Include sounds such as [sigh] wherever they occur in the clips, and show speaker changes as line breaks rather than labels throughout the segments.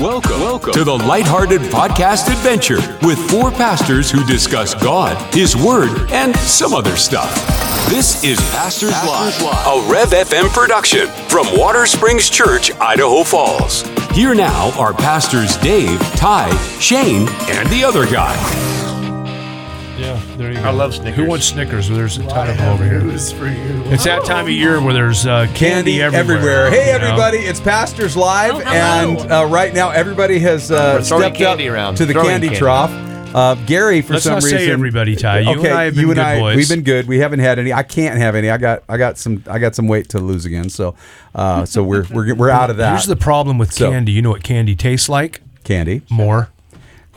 Welcome, welcome to the Lighthearted Podcast Adventure with four pastors who discuss God, His Word, and some other stuff. This is Pastors, Live, a Rev FM production from Water Springs Church, Idaho Falls. Here now are pastors Dave, Ty, Shane, and the other guy.
Yeah, there you go.
I love Snickers.
Who wants Snickers? Well, there's a ton of them over here.
News for you.
It's that time of year where there's uh, candy,
candy everywhere. Hey,
you know?
everybody! It's Pastors Live, and uh, right now everybody has uh,
We're throwing
stepped
candy
up
around.
to the
Throwing
candy,
candy.
trough. Uh, Gary, for
Let's
some
not
reason,
say everybody, Ty. You
okay,
and I have been
you and
good
I,
boys.
we've been good. We haven't had any. I can't have any. I got, I got some, I got some weight to lose again. So, uh, so we're we're we're out of that.
Here's the problem with
So-
candy. You know what candy tastes like? [laughs]
candy.
More.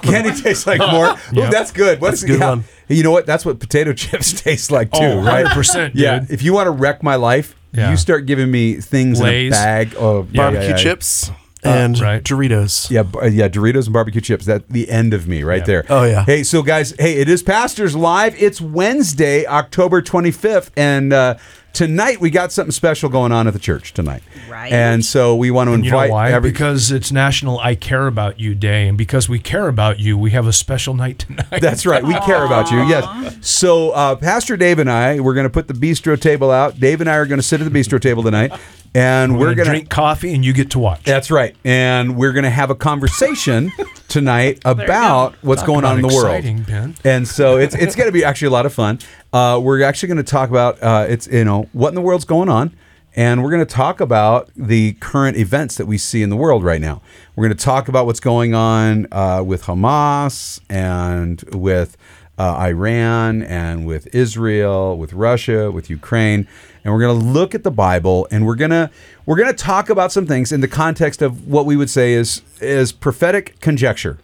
Candy tastes like more.
[laughs]
Ooh,
Yep.
that's good. What's
That's a good one.
You know what? That's what potato [laughs] chips taste like too,
Oh,
right?
100%,
Yeah.
dude.
If you want to wreck my life,
Yeah.
you start giving me things
Lay's.
in a bag of yeah,
barbecue
yeah, yeah.
chips and
right.
Doritos.
Yeah, b- uh, yeah, Doritos and barbecue chips. That's the end of me right there.
Oh, yeah.
Hey, so guys, hey, it is Pastors Live. It's Wednesday, October 25th, and uh, tonight we got something special going on at the church tonight.
Right.
And so we want to
You know
invite
why?
every.
because it's National I Care About You Day, and because we care about you, we have a special night
[laughs]
tonight.
[laughs] That's right. We care about you. Yes. So, uh, Pastor Dave and I, we're going to put the bistro table out. Dave and I are going to sit at the bistro table tonight, and we're,
We're gonna
going to
drink coffee, and you get to watch.
That's right. And we're going to have a conversation tonight about what's going on in the
about
world.
exciting, Ben.
And so it's it's going to be actually a lot of fun. Uh, we're actually going to talk about uh, it's you know what in the world's going on, and we're going to talk about the current events that we see in the world right now. We're going to talk about what's going on uh, with Hamas and with uh, Iran and with Israel, with Russia, with Ukraine, and we're going to look at the Bible and we're going to we're going to talk about some things in the context of what we would say is is prophetic conjecture,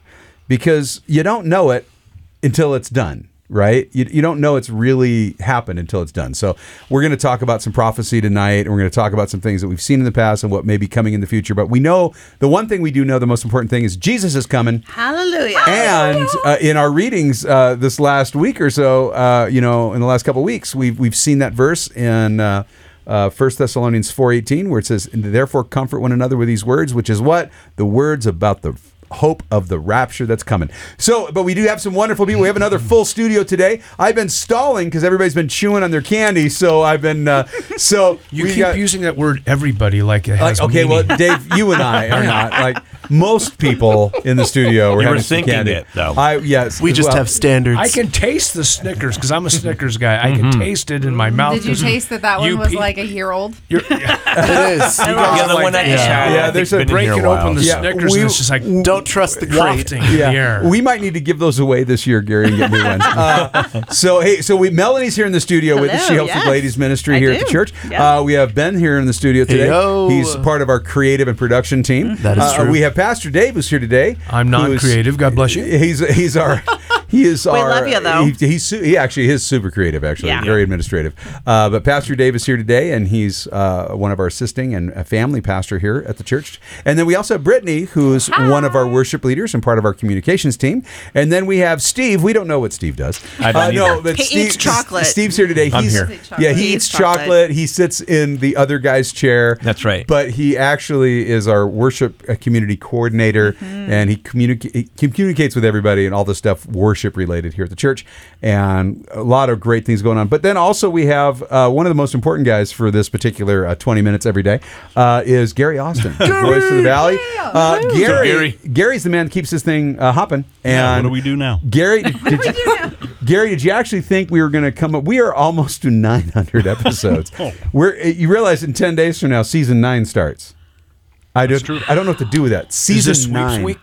because you don't know it until it's done, right? You, you don't know it's really happened until it's done. So we're going to talk about some prophecy tonight, and we're going to talk about some things that we've seen in the past and what may be coming in the future. But we know the one thing we do know, the most important thing is Jesus is coming.
Hallelujah.
And uh, in our readings uh, this last week or so, uh, you know, in the last couple of weeks, we've we've seen that verse in uh, uh, 1 Thessalonians four eighteen, where it says, "Therefore comfort one another with these words," which is what the words about the hope of the rapture that's coming. So, but we do have some wonderful people. We have another full studio today. I've been stalling because everybody's been chewing on their candy, so I've been uh, so
[laughs] You
we
keep
got-
using that word "everybody" like it has
like, okay, well,
meaning.
Dave, you and I are not like most people in the studio. We're
You were
having some
thinking
candy.
it, though.
I yes,
We just
well,
[laughs] have standards.
[laughs] I can taste the Snickers because I'm a Snickers guy. I
Mm-hmm.
can taste it in my mouth.
Did you
'cause
taste that that one
you
was
pe-
like a year old?
You're
it is. You
The
guys
other
like-
one that you had,
Yeah,
I
there's
think,
a
been
breaking open
here a while,
the
so.
Yeah.
Snickers
we-
and it's just like
Don't trust the crate.
wafting in the air.
We might need to give those away this year, Gary, and get
[laughs]
new ones. Uh, so hey, so we Melanie's here in the studio with us. She
Hello,
helps
yes.
with ladies ministry
I
here at the
do,
church.
yes.
Uh, we have Ben here in the studio today.
Heyo.
He's part of our creative and production team.
Mm-hmm. That is
Uh,
true.
We have Pastor Dave who's here today.
I'm
who is-
non-creative. God bless you.
He's he's our he is our.
love you, though.
He, he's su- he actually is super creative, actually
Yeah.
very administrative. Uh, but Pastor Dave is here today, and he's uh, one of our assisting and a family pastor here at the church. And then we also have Brittany, who's one of our worship leaders and part of our communications team. And then we have Steve. We don't know what Steve does. Uh,
I don't either.
but
He eats chocolate.
Steve's here today.
I'm
he's,
here.
Yeah, he,
He
eats
eats chocolate.
chocolate. He sits in the other guy's chair.
That's right.
But he actually is our worship uh, community coordinator, and he, communica- he communicates with everybody and all the stuff worship related here at the church, and a lot of great things going on. But then also we have uh, one of the most important guys for this particular uh, 20 minutes every day uh, is Gary Austin, Voice of the Valley. Uh, Gary,
Gary.
Gary's the man that keeps this thing uh, hopping. And
what do we do now?
Gary, did, did you, Gary, did you actually think we were going to come up? We are almost to
[laughs]
900 episodes.
Oh.
We're eh, you realize in 10 days from now, season nine starts. I don't, I don't know what to do with that. Season
this sweeps
nine.
week?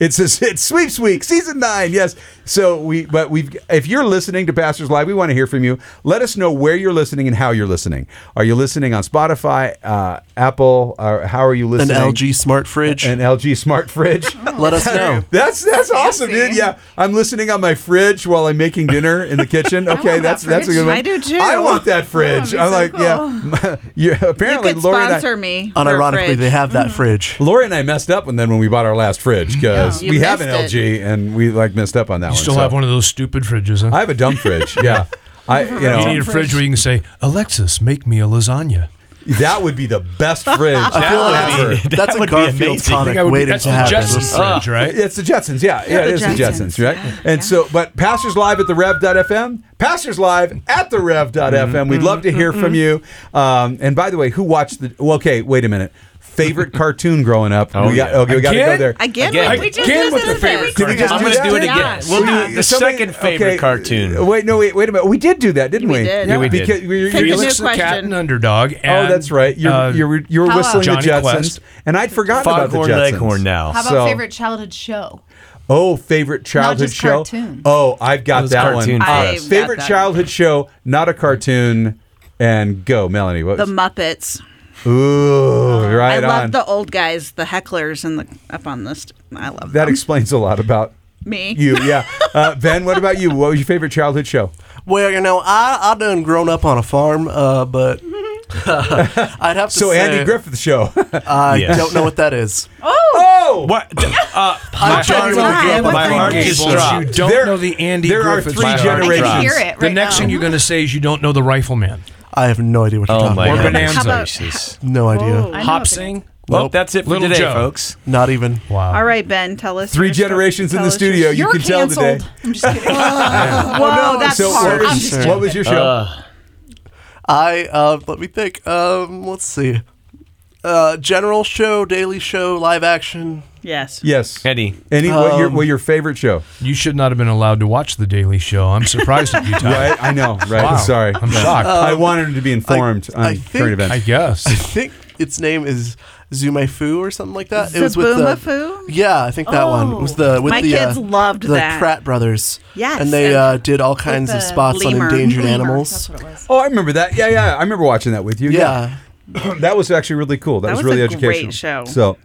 It's a, [laughs] it's sweeps week, season nine. Yes. So we, but we've. If you're listening to Pastors Live, we want to hear from you. Let us know where you're listening and how you're listening. Are you listening on Spotify, uh, Apple? Or how are you
An
listening?
LG smart fridge.
an LG smart fridge. [laughs]
Let us know.
That's that's awesome, dude. Yeah, I'm listening on my fridge while I'm making dinner in the
[laughs]
kitchen. Okay,
want
that's
that
that's a
fridge.
good one.
I do, too. Oh,
I want that fridge.
That would be
I'm
so
like, [laughs] yeah. you,
you
apparently,
could
Lori and
sponsor
I,
me. for a
Unironically,
fridge.
they have that fridge.
Lori and I messed up, and then when we bought our last fridge, because
You
we have an
missed it.
LG, and we like messed up on that
You
one.
still
so.
have one of those stupid fridges, huh?
I
[laughs]
have a dumb fridge. Yeah, I you know.
you need a fridge where you can say, "Alexis, make me a lasagna."
That would be the
[laughs]
best fridge.
I feel like
ever.
that's,
that
a
would be
Garfield
amazing. I
tonic
think I would be,
waiting
that's
to
the
happen.
Jetsons fridge,
[laughs]
right?
It's the Jetsons, yeah. Yeah,
the
it is
Jetsons.
the Jetsons, right?
Yeah,
and
yeah.
so, but pastors live at the rev.fm, pastors live at the rev.fm.
Mm-hmm.
We'd love to
Mm-hmm.
hear from you. Um, and by the way, who watched the, well, okay, wait a minute. Favorite cartoon growing up? we got,
Oh, yeah.
okay, we got to go
Again?
there.
Again,
Again.
like we just
Again
did
with
it
the
in there.
favorite
Did we just
I'm
do
gonna
that?
do it again.
Yeah.
We'll do
We-
the
somebody-
second favorite
okay,
cartoon.
uh, Wait, no, wait, wait a minute. We did do that, didn't
We
we?
did.
Yeah, we did.
Because we-
Pick a
you-
new
Felix the cat
question.
and underdog.
Oh,
and,
that's right. You're
uh,
you're you're
Hello.
whistling
Johnny
the Jetsons,
Quest.
and I'd forgotten
Foghorn
about the Jetsons.
Leghorn now.
How about
So-
favorite childhood show?
Oh, favorite childhood
just
show.
cartoon.
Oh, I've got
was
that
cartoon
one.
for
Uh,
us.
I've got
favorite
that.
childhood show, not a cartoon. And go, Melanie. What
The
was,
Muppets.
ooh, right
I love
on.
the old guys, the hecklers, and the up on this. I love
that
them.
explains a lot about
me.
you. Yeah, uh, Ben. What about you? What was your favorite childhood show?
[laughs] Well, you know, I I done grown up on a farm, uh, but [laughs] I'd have to
So
say
Andy Griffith show.
I
Yes.
don't know what
[laughs]
that is.
[laughs] oh,
What? D- Uh, my
Johnny
heart,
Depp.
my heart
Gables,
just
You
dropped.
don't
There-
know the Andy
there are
Griffith
three
show.
generations.
I can hear it right
The next
now.
thing you're going to say is you don't know the Rifleman.
I have no idea what you're
Oh
talking
my
about.
goodness
How about-
gracious.
No idea.
I know
Hop
about
Sing.
Well,
Nope.
that's it for
Little
today,
Joe.
folks.
Not even.
Wow.
All right, Ben, tell us.
three
your story.
generations in
Tell
the
us your
studio.
story.
You
You're
can tell
canceled.
today.
I'm just kidding. Um,
Whoa, that's
So,
hard.
what-
I'm just
what was your show?
I uh, let me think. Um, let's see. Uh, general show, daily show, live action.
[laughs] yes.
yes,
Eddie.
Any what your what your favorite show?
You should not have been allowed to watch The Daily Show. I'm surprised
[laughs]
at you, Todd.
Right, I know. Right,
Wow.
sorry.
I'm shocked.
I wanted him
Um,
to be informed
I
on
think-
current events.
I
I
guess.
think its name is Zumafu or something like that.
Zaboomafoo?
uh, Yeah, I think that one it was the with
My
the
kids
uh,
loved
the
that.
Pratt brothers.
Yes,
and they
and
uh, did all kinds of
the
spots
lemur.
on endangered
Lemur,
animals.
That's what it was.
Oh, I remember that. Yeah, yeah. I remember watching that with you.
Yeah,
[clears throat] That was actually really cool. That, was,
That was a
really
great
educational.
show.
So,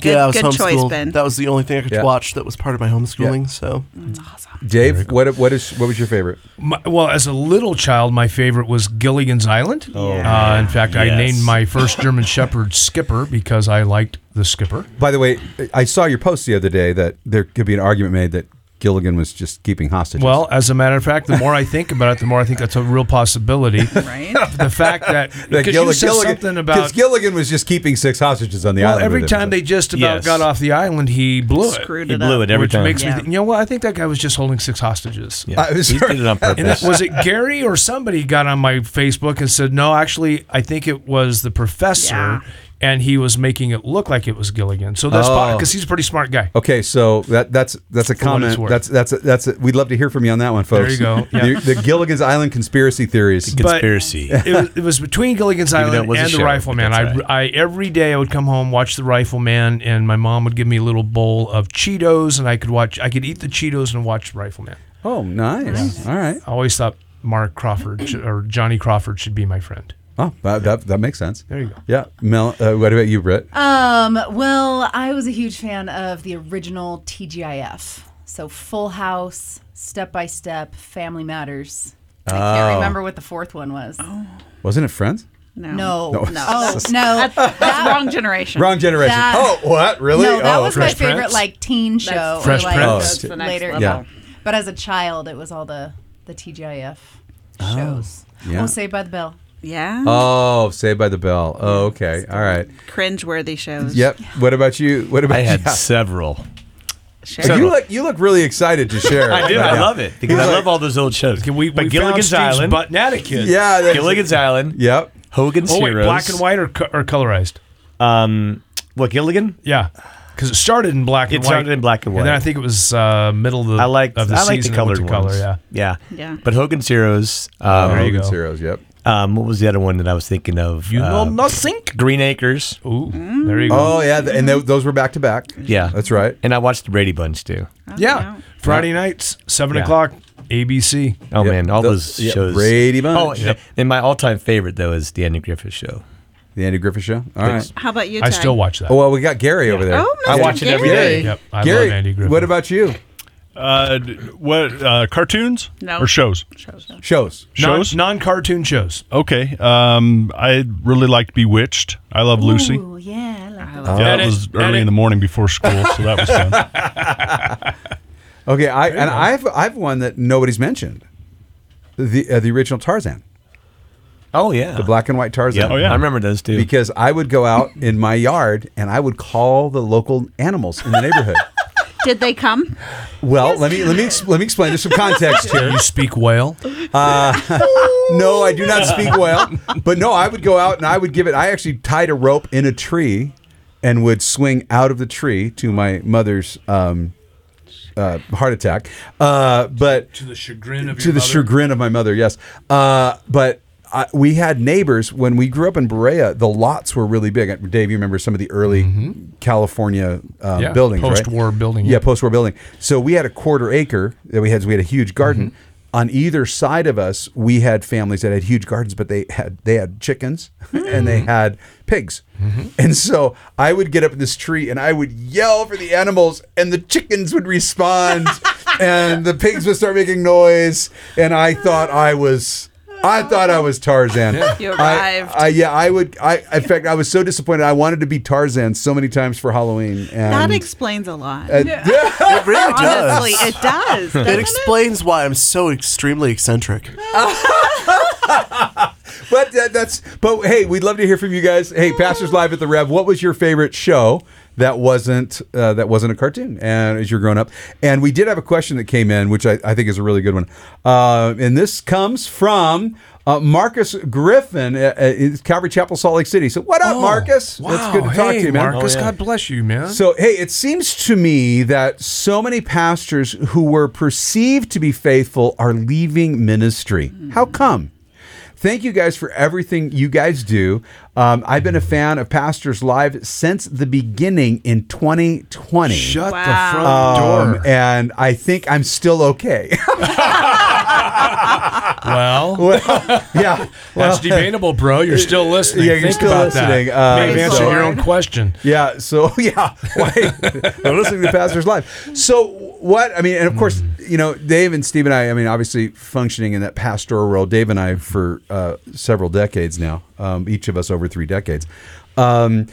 Good,
yeah, I was
good choice,
homeschooled.
Ben.
That was the only thing I could
Yeah.
watch that was part of my homeschooling. So
Mm.
Dave, what what is what was your favorite?
My, well, as a little child, my favorite was Gilligan's Island. Oh, uh, in fact, I
Yes.
named my first German Shepherd Skipper because I liked the Skipper.
By the way, I saw your post the other day that there could be an argument made that Gilligan was just keeping hostages.
Well, as a matter of fact, the more I think about it, the more I think that's a real possibility.
Right?
the fact that
That
because
Gilli-
you said
Gilligan,
something
'cause
about
Gilligan was just keeping six hostages on the
well,
island.
every
with him.
time they just about
Yes.
got off the island, he blew it.
Screwed
He
it
blew
up.
it every
which
time.
makes me
Yeah.
think, you know what? I think that guy was just holding six hostages.
Yeah.
I was
he
sorry.
did it
[laughs]
on
And that,
purpose. [laughs]
was it Gary or somebody got on my Facebook and said, no, actually, I think it was the professor,
Yeah.
and he was making it look like it was Gilligan. So that's
Oh.
because he's a pretty smart guy.
Okay, so that that's that's a
For what it's
comment.
worth.
That's that's a, that's a, we'd love to hear from you on that one, folks.
you go. Yeah.
[laughs] The, the Gilligan's Island conspiracy theories.
But-
Conspiracy.
it, was, it was between Gilligan's
Even though it
Island
was a
and the
show,
Rifleman.
but
I,
that's
I every day I would come home, watch the Rifleman, and my mom would give me a little bowl of Cheetos, and I could watch. I could eat the Cheetos and watch the Rifleman.
Oh, nice. All right.
I always thought Mark Crawford sh- or Johnny Crawford should be my friend.
Oh, that that, that makes sense.
There you go.
Yeah, Mel. Uh, what about you, Britt?
Um, well, I was a huge fan of the original TGIF. So Full House, Step by Step, Family Matters. I can't remember what the fourth one was.
Wasn't it Friends?
No.
No.
Oh,
That's-
no.
That's wrong generation.
Wrong generation.
That-
oh, what? Really?
No, that
oh,
was
okay.
my
Fresh
favorite
Prince?
like teen show. or,
Fresh
like,
Prince.
those
That's the next
later.
level. Oh,
Yeah.
But as a child, it was all the the TGIF shows.
yeah.
Oh, Saved by the Bell.
Yeah.
Oh, Saved by the Bell. Oh, okay. All right.
Cringe-worthy shows.
Yep. What about you? What about
I had
yeah.
several.
Show.
Oh,
several.
you look you look really excited to share.
[laughs] I do.
right
I
now.
love it because I love all those old shows.
Can we,
but
we
Gilligan's
found
Island,
Steve's button at a kid.
Yeah. that's-
Gilligan's Island,
Yep.
Hogan's
Oh wait,
Heroes.
black and white or, co- or colorized?
Um, what Gilligan?
Yeah. Because it started in black and
It
white.
started in black and
And then
white.
I think it was uh, middle of the
I like
of the
I
season.
like the
it went
colored
to
ones.
color. Yeah.
yeah,
Yeah.
But Hogan's Heroes. Um,
There you
Oh, Hogan's
go.
Heroes. Yep.
um, what was the other one that I was thinking of?
You
Uh,
know nothing.
Green Acres.
Ooh, there you go.
Oh yeah, th- and th- those were back to back.
Yeah,
That's right.
And I watched the Brady Bunch too.
Yeah. Friday nights, seven
Yeah.
o'clock, ABC.
Oh
Yep.
man, all
Those-
those,
yep,
shows.
Brady
Oh,
Bunch.
and- and my all-time favorite though is the Andy Griffith Show.
The Andy Griffith Show. All right.
How about you?
I
Ty?
still watch that.
Oh well, we got Gary over there.
Oh,
I
Mr.
watch it every
Gary.
day.
Yep, I
Gary,
love Andy Griffith.
what about you?
Uh, d- what uh, cartoons
No.
or shows?
Shows.
Shows.
non cartoon shows?
okay. Um, I really liked Bewitched. I love Lucy.
Ooh, yeah. I like that.
Yeah,
Edit,
it was early
edit.
in the morning before school, so that was fun.
Okay, I and I've I've one that nobody's mentioned. The uh, the original Tarzan.
Oh yeah.
the black and white Tarzan.
Yep.
Oh, yeah.
I remember those too.
Because I would go out in my yard and I would call the local animals in the neighborhood.
Did they come?
[laughs] Well, let me let me ex- let me explain. There's some context here.
Do you speak whale? [laughs]
No, I do not speak well. But no, I would go out and I would give it. I actually tied a rope in a tree and would swing out of the tree to my mother's um, uh, heart attack. Uh, but
To the chagrin of
to the chagrin of my mother, yes. Uh, but I, we had neighbors when we grew up in Berea. The lots were really big. Dave, you remember some of the early California uh,
Mm-hmm. Yeah,
buildings, right?
post-war building,
Yeah,
yeah.
post-war building. So we had a quarter acre that we had. We had a huge garden.
Mm-hmm.
On either side of us, we had families that had huge gardens, but they had they had chickens
Hmm.
and they had pigs.
Mm-hmm.
And so I would get up in this tree and I would yell for the animals, and the chickens would
[laughs]
respond, and the pigs would start making noise. And I thought I was. I thought I was Tarzan.
[laughs] You
I-
arrived.
I, yeah, I would. I, in fact, I was so disappointed. I wanted to be Tarzan so many times for Halloween. And
that explains a lot.
It really does.
Honestly, it does. doesn't
it
It
explains why I'm so extremely eccentric.
But that, that's but hey, we'd love to hear from you guys. Hey, Pastors Live at the Rev, what was your favorite show that wasn't uh, that wasn't a cartoon? And as you're growing up, and we did have a question that came in, which I, I think is a really good one. Uh, and this comes from. Uh, Marcus Griffin uh, uh, is Calvary Chapel, Salt Lake City. So, what up, Marcus?
Oh, Wow.
It's good to talk
hey,
to you, man.
Marcus, God bless you, man.
So, hey, it seems to me that so many pastors who were perceived to be faithful are leaving ministry. How come? Thank you guys for everything you guys do. Um, I've been a fan of Pastors Live since the beginning in 2020.
Shut
Wow.
the front
Um, [laughs]
door.
and I think I'm still okay. [laughs]
well,
yeah.
that's debatable, bro. You're still listening.
Yeah, you're
Think
still
about
listening.
That.
Uh,
Maybe answer
so-
your own question.
Yeah. So [laughs] yeah, Why- I'm listening to Pastors Live. So what? I mean, and of course, you know, Dave and Steve and I. I mean, obviously, functioning in that pastoral role, Dave and I for uh, several decades now. Um, each of us over three decades. Um,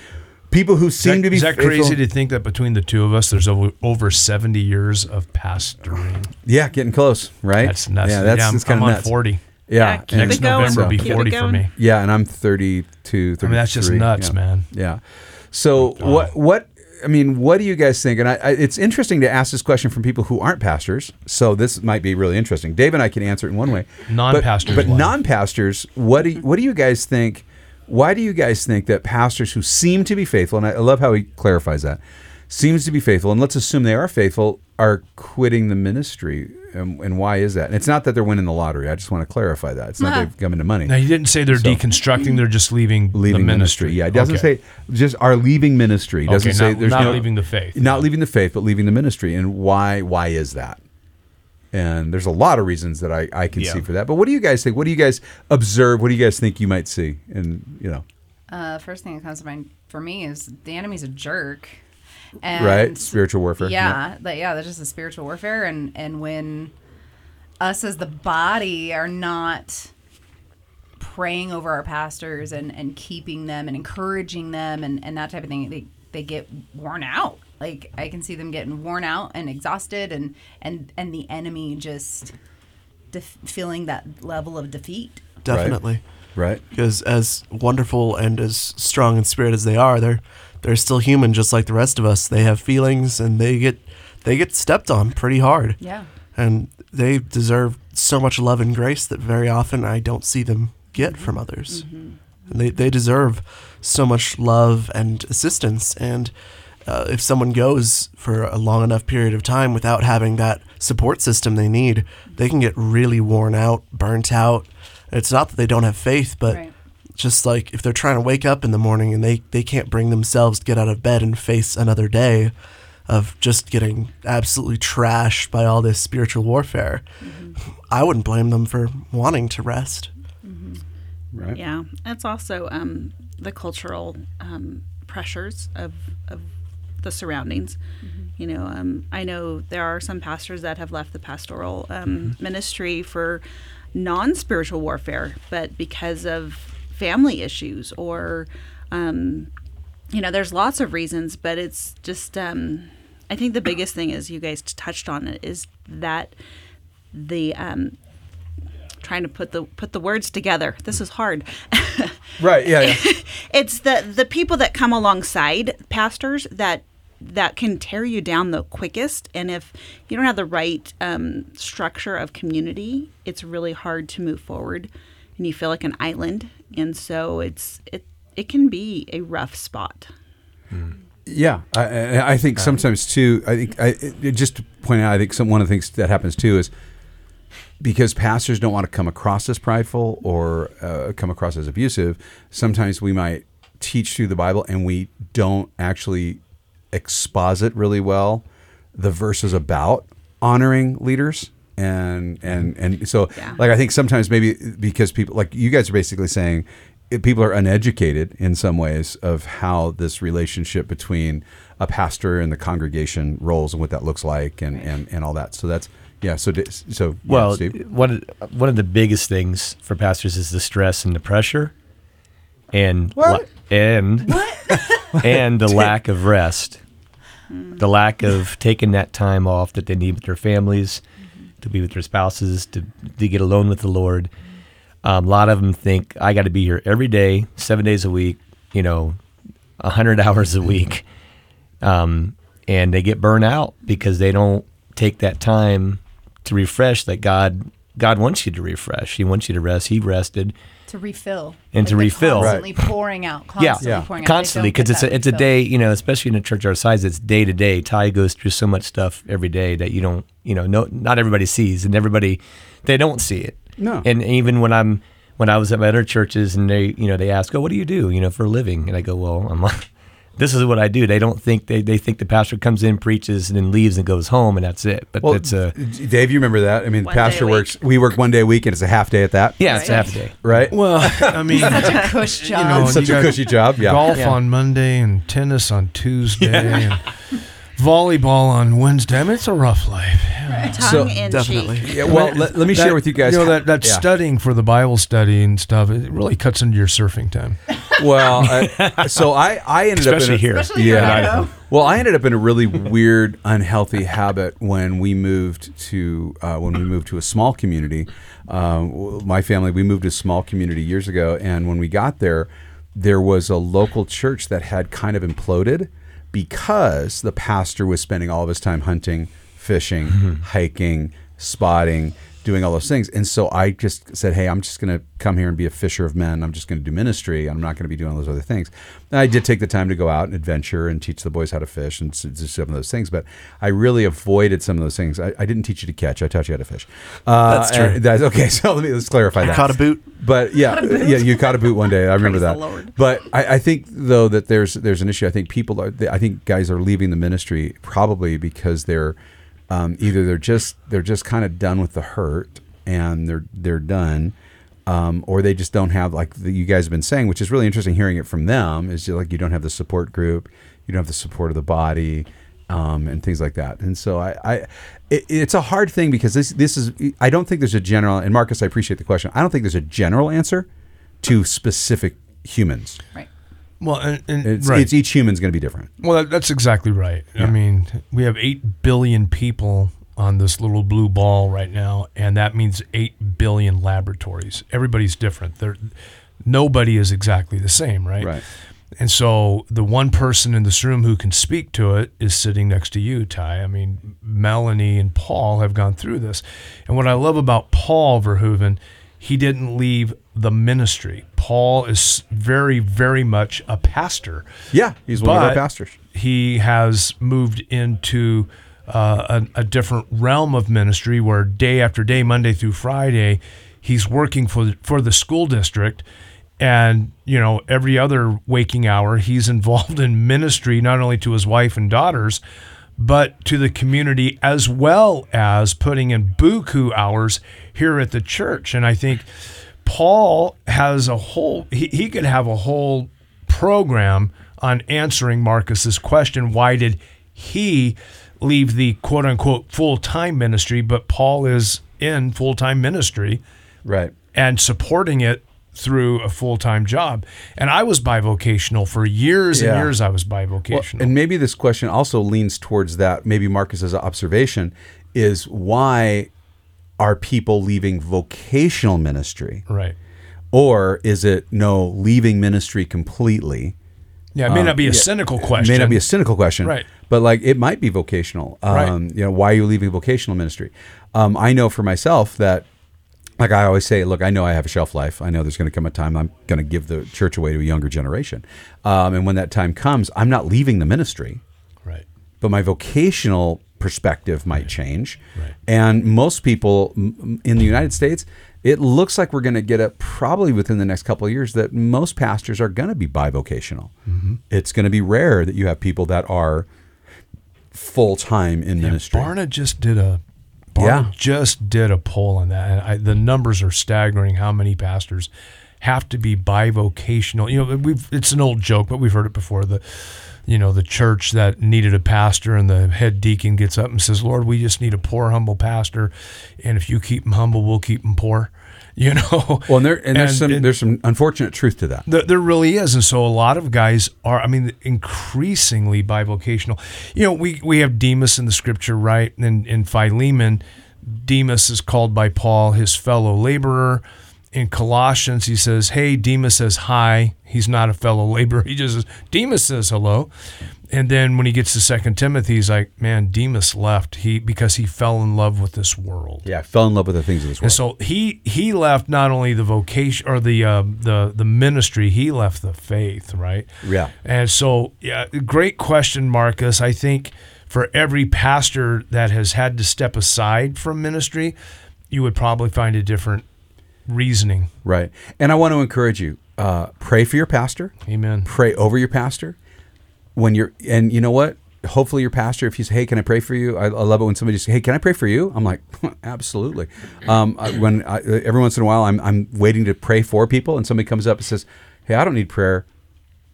people who seem
Is that-
to be
is that
faithful-
crazy to think that between the two of us, there's over, over 70 years of pastoring?
Yeah, getting close, right?
That's nuts.
Yeah, that's,
I'm,
that's kind
I'm
of
on
nuts.
40.
Yeah,
Keep
Next
it going.
November will be
Keep it
40 for
going.
me.
Yeah, and I'm 32, 33.
mean, that's just nuts,
yeah.
man. Oh,
Yeah. So what what I mean, what do you guys think? And I, I, it's interesting to ask this question from people who aren't pastors. So this might be really interesting. Dave and I can answer it in one way. But-
Non-pastors
but,
why?
non-pastors. What do you, what do you guys think? Why do you guys think that pastors who seem to be faithful, and I, I love how he clarifies that, seems to be faithful, and let's assume they are faithful, are quitting the ministry, and, and why is that? And it's not that they're winning the lottery. I just want to clarify that. It's not they've come into money
Now, you didn't say they're deconstructing, they're just leaving,
leaving
the
ministry.
ministry.
Yeah, it doesn't
Okay.
say just are leaving ministry. It doesn't
Okay,
say
not-
there's
not
no,
leaving the faith.
Not leaving the faith, but leaving the ministry. And why? Why is that? And there's a lot of reasons that I, I can
Yeah.
see for that. But what do you guys think? What do you guys observe? What do you guys think you might see? And you know,
Uh, first thing that comes to mind for me is the enemy's a jerk. And
Right, spiritual warfare,
Yeah, that yeah, that's just a spiritual warfare, and and when us as the body are not praying over our pastors and and keeping them and encouraging them and and that type of thing, they they get worn out. Like I can see them getting worn out and exhausted, and and and the enemy just def- feeling that level of defeat.
Definitely.
right?
Because as wonderful and as strong in spirit as they are, they're they're still human just like the rest of us. They have feelings and they get they get stepped on pretty hard.
Yeah.
And they deserve so much love and grace that very often I don't see them get from others. And they, they deserve so much love and assistance. And uh, if someone goes for a long enough period of time without having that support system they need, they can get really worn out, burnt out. It's not that they don't have faith, but
Right.
just like if they're trying to wake up in the morning and they, they can't bring themselves to get out of bed and face another day of just getting absolutely trashed by all this spiritual warfare, I wouldn't blame them for wanting to rest.
Yeah, it's also um, the cultural um, pressures of, of the surroundings. You know, um, I know there are some pastors that have left the pastoral um, ministry for non spiritual warfare, but because of family issues or, um, you know, there's lots of reasons, but it's just, um, I think the biggest thing is you guys touched on it is that the um, trying to put the put the words together. This is hard. [laughs]
Right. Yeah. yeah.
it's the the people that come alongside pastors that that can tear you down the quickest and if you don't have the right um, structure of community it's really hard to move forward and you feel like an island and so it's it it can be a rough spot
[laughs] Yeah, I- I, I think sometimes too. I think I it- just to point out. I think some one of the things that happens too is because pastors don't want to come across as prideful or uh, come across as abusive. Sometimes we might teach through the Bible and we don't actually exposit really well the verses about honoring leaders. And and and so,
Yeah.
like I think sometimes maybe because people like you guys are basically saying it- people are uneducated in some ways of how this relationship between a pastor and the congregation rolls and what that looks like and and, and all that. So that's yeah. So di- so yeah,
Well,
Steve.
one of, one of the biggest things for pastors is the stress and the pressure, and
What?
la- and [laughs] and the lack of rest, the lack of taking that time off that they need with their families, to be with their spouses, to to get alone with the Lord. Um, a lot of them think I got to be here every day, seven days a week, you know, a hundred [laughs] hours a week, um, and they get burnt out because they don't take that time to refresh that God God wants you to refresh. He wants you to rest. He rested.
to refill
And to
they're
refill.
constantly pouring out constantly
Yeah.
pouring out They
Constantly,
don't get
because it's
that
a, it's a
refill.
day, you know, especially in a church our size, it's day to day. Ty goes through so much stuff every day that you don't, you know, no, not everybody sees, and everybody, they don't see it.
No.
And even when I'm, when I was at my other churches, and they, you know, they ask, "Oh, what do you do?" You know, for a living, and I go, "Well, I'm, [laughs] this is what I do." They don't think they, they think the pastor comes in, preaches, and then leaves and goes home, and that's it. But
Well,
it's a
Dave, you remember that? I mean,
One day
pastor
a week.
works. We work one day a week, and it's a half day at that.
yeah, it's a half day.
Right.
Well, I
[laughs]
mean,
[laughs]
Such a cush job.
know,
It's such
you
a
got
cushy job. Yeah.
golf on Monday and tennis on Tuesday and volleyball on Wednesday. I mean, it's a rough life.
tongue
So-
in
Definitely.
cheek
Yeah, well, let, let me share
That-
with you guys.
You know that, that
Yeah.
studying for the Bible study and stuff. It really cuts into your surfing time.
Well, I, so I, I ended up in
Especially
a-
here.
Especially here in Idaho.
Well, I ended up in a really weird, unhealthy habit when we moved to uh, when we moved to a small community. Um, w- my family we moved to a small community years ago, and when we got there, there was a local church that had kind of imploded because the pastor was spending all of his time hunting, fishing,
Mm-hmm.
hiking, spotting. Doing all those things, and so I just said, "Hey, I'm just going to come here and be a fisher of men. I'm just going to do ministry. I'm not going to be doing those other things." And I did take the time to go out and adventure and teach the boys how to fish and s- do some of those things, but I really avoided some of those things. I, I didn't teach you to catch; I taught you how to fish. Uh,
That's true.
and That's okay. [laughs] So let me let's clarify that.
Caught a boot.
But yeah, yeah, you caught a boot one day. I remember
Praise the
that.
Lord.
But I, I think though that there's there's an issue. I think people are. I think guys are leaving the ministry probably because they're um, either they're just they're just kind of done with the hurt and they're they're done. Um, or they just don't have like the, you guys have been saying, which is really interesting hearing it from them. Is like you don't have the support group, you don't have the support of the body, um, and things like that. And so I, I it, it's a hard thing because this this is I don't think there's a general and Marcus I appreciate the question. I don't think there's a general answer to specific humans.
Right.
Well, and, and-
It's,
right.
it's each human's going to be different.
well, that, that's exactly right. I mean, we have eight billion people on this little blue ball right now, and that means eight billion laboratories. Everybody's different. There, nobody is exactly the same, right?
Right.
And so the one person in this room who can speak to it is sitting next to you, Ty. I mean, Melanie and Paul have gone through this. And what I love about Paul Verhoeven, he didn't leave the ministry. Paul is very, very much a pastor.
Yeah, he's one of our
But
pastors.
He has moved into uh, a, a different realm of ministry where day after day, Monday through Friday, he's working for the, for the school district. And, you know, every other waking hour, he's [laughs] involved in ministry, not only to his wife and daughters, but to the community as well as putting in buku hours here at the church. And I think Paul has a whole, he, he could have a whole program on answering Marcus's question why did he leave the quote unquote full time ministry, but Paul is in full time ministry
Right.
and supporting it through a full time job. And I was bivocational for years and
Yeah.
years, I was
Well,
bivocational.
and maybe this question also leans towards that. Maybe Marcus's observation is why are people leaving vocational ministry
Right.
or is it no leaving ministry completely?
Yeah, it may
Um,
not be a
yeah,
cynical
it
question.
May not be a cynical question,
Right.
But like it might be vocational. Um,
Right.
You know, why are you leaving vocational ministry? Um, I know for myself that, like I always say, look, I know I have a shelf life. I know there's going to come a time I'm going to give the church away to a younger generation, um, and when that time comes, I'm not leaving the ministry
right.
but my vocational perspective might change.
Right.
And most people m- m- in the United States, it looks like we're going to get up probably within the next couple of years that most pastors are going to be bivocational.
Mm-hmm.
It's going to be rare that you have people that are full time in ministry.
Barna just did a Barna
Yeah.
just did a poll on that, and I, the numbers are staggering. How many pastors have to be bivocational? You know, we've it's an old joke, but we've heard it before. The you know the church that needed a pastor, and the head deacon gets up and says, "Lord, we just need a poor, humble pastor, and if you keep him humble, we'll keep him poor." [laughs] You know.
Well, and, there, and there's
And- Mm.
some
and-
there's some unfortunate truth to that.
There, there really is, and so a lot of guys are. I mean, increasingly bivocational. You know, we we have Demas in the scripture, right? And in Philemon, Demas is called by Paul his fellow laborer. In Colossians, he says, "Hey," Demas says, "Hi." He's not a fellow laborer. [laughs] He just says, Demas says hello. And then when he gets to Second Timothy, he's like, "Man, Demas left he because he fell in love with this world."
Yeah, I fell in love with the things of this world.
And so he he left not only the vocation or the uh, the the ministry, he left the faith, right?
Yeah.
And so, yeah, great question, Marcus. I think for every pastor that has had to step aside from ministry, you would probably find a different reasoning.
Right. And I want to encourage you uh, pray for your pastor.
Amen.
Pray over your pastor. When you're, and you know what? Hopefully, your pastor, if he's, hey, can I pray for you? I, I love it when somebody says, hey, can I pray for you? I'm like, absolutely. Um, I, when I, every once in a while, I'm, I'm waiting to pray for people, and somebody comes up and says, hey, I don't need prayer.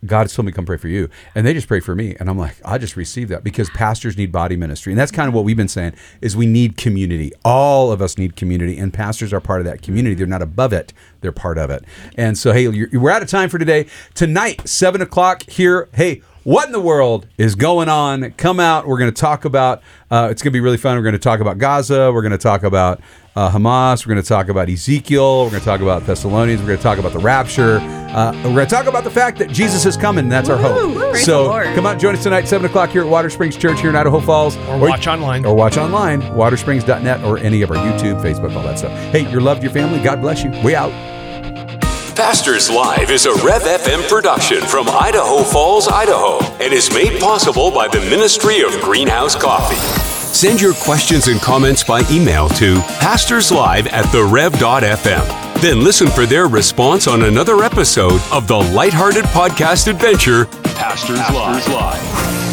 God has told me to come pray for you. And they just pray for me. And I'm like, I just received that because pastors need body ministry. And that's kind of what we've been saying is we need community. All of us need community. And pastors are part of that
Mm-hmm.
community. They're not above it. They're part of it. And so, hey, you're, we're out of time for today. Tonight, 7 o'clock here. Hey, what in the world is going on? Come out. We're going to talk about, uh, it's going to be really fun. We're going to talk about Gaza. We're going to talk about uh, Hamas. We're going to talk about Ezekiel. We're going to talk about Thessalonians. We're going to talk about the rapture. Uh, we're going to talk about the fact that Jesus is coming. and That's our hope.
Praise
so
the Lord.
come out, join us tonight, 7 o'clock here at Water Springs Church here in Idaho Falls.
Or watch online.
Or watch online, watersprings.net or any of our YouTube, Facebook, all that stuff. Hey, you're loved, your family. God bless you. We out.
Pastors Live is a Rev FM production from Idaho Falls, Idaho, and is made possible by the Ministry of Greenhouse Coffee. Send your questions and comments by email to pastorslive at therev.fm. Then listen for their response on another episode of the lighthearted podcast adventure, Pastors, Live.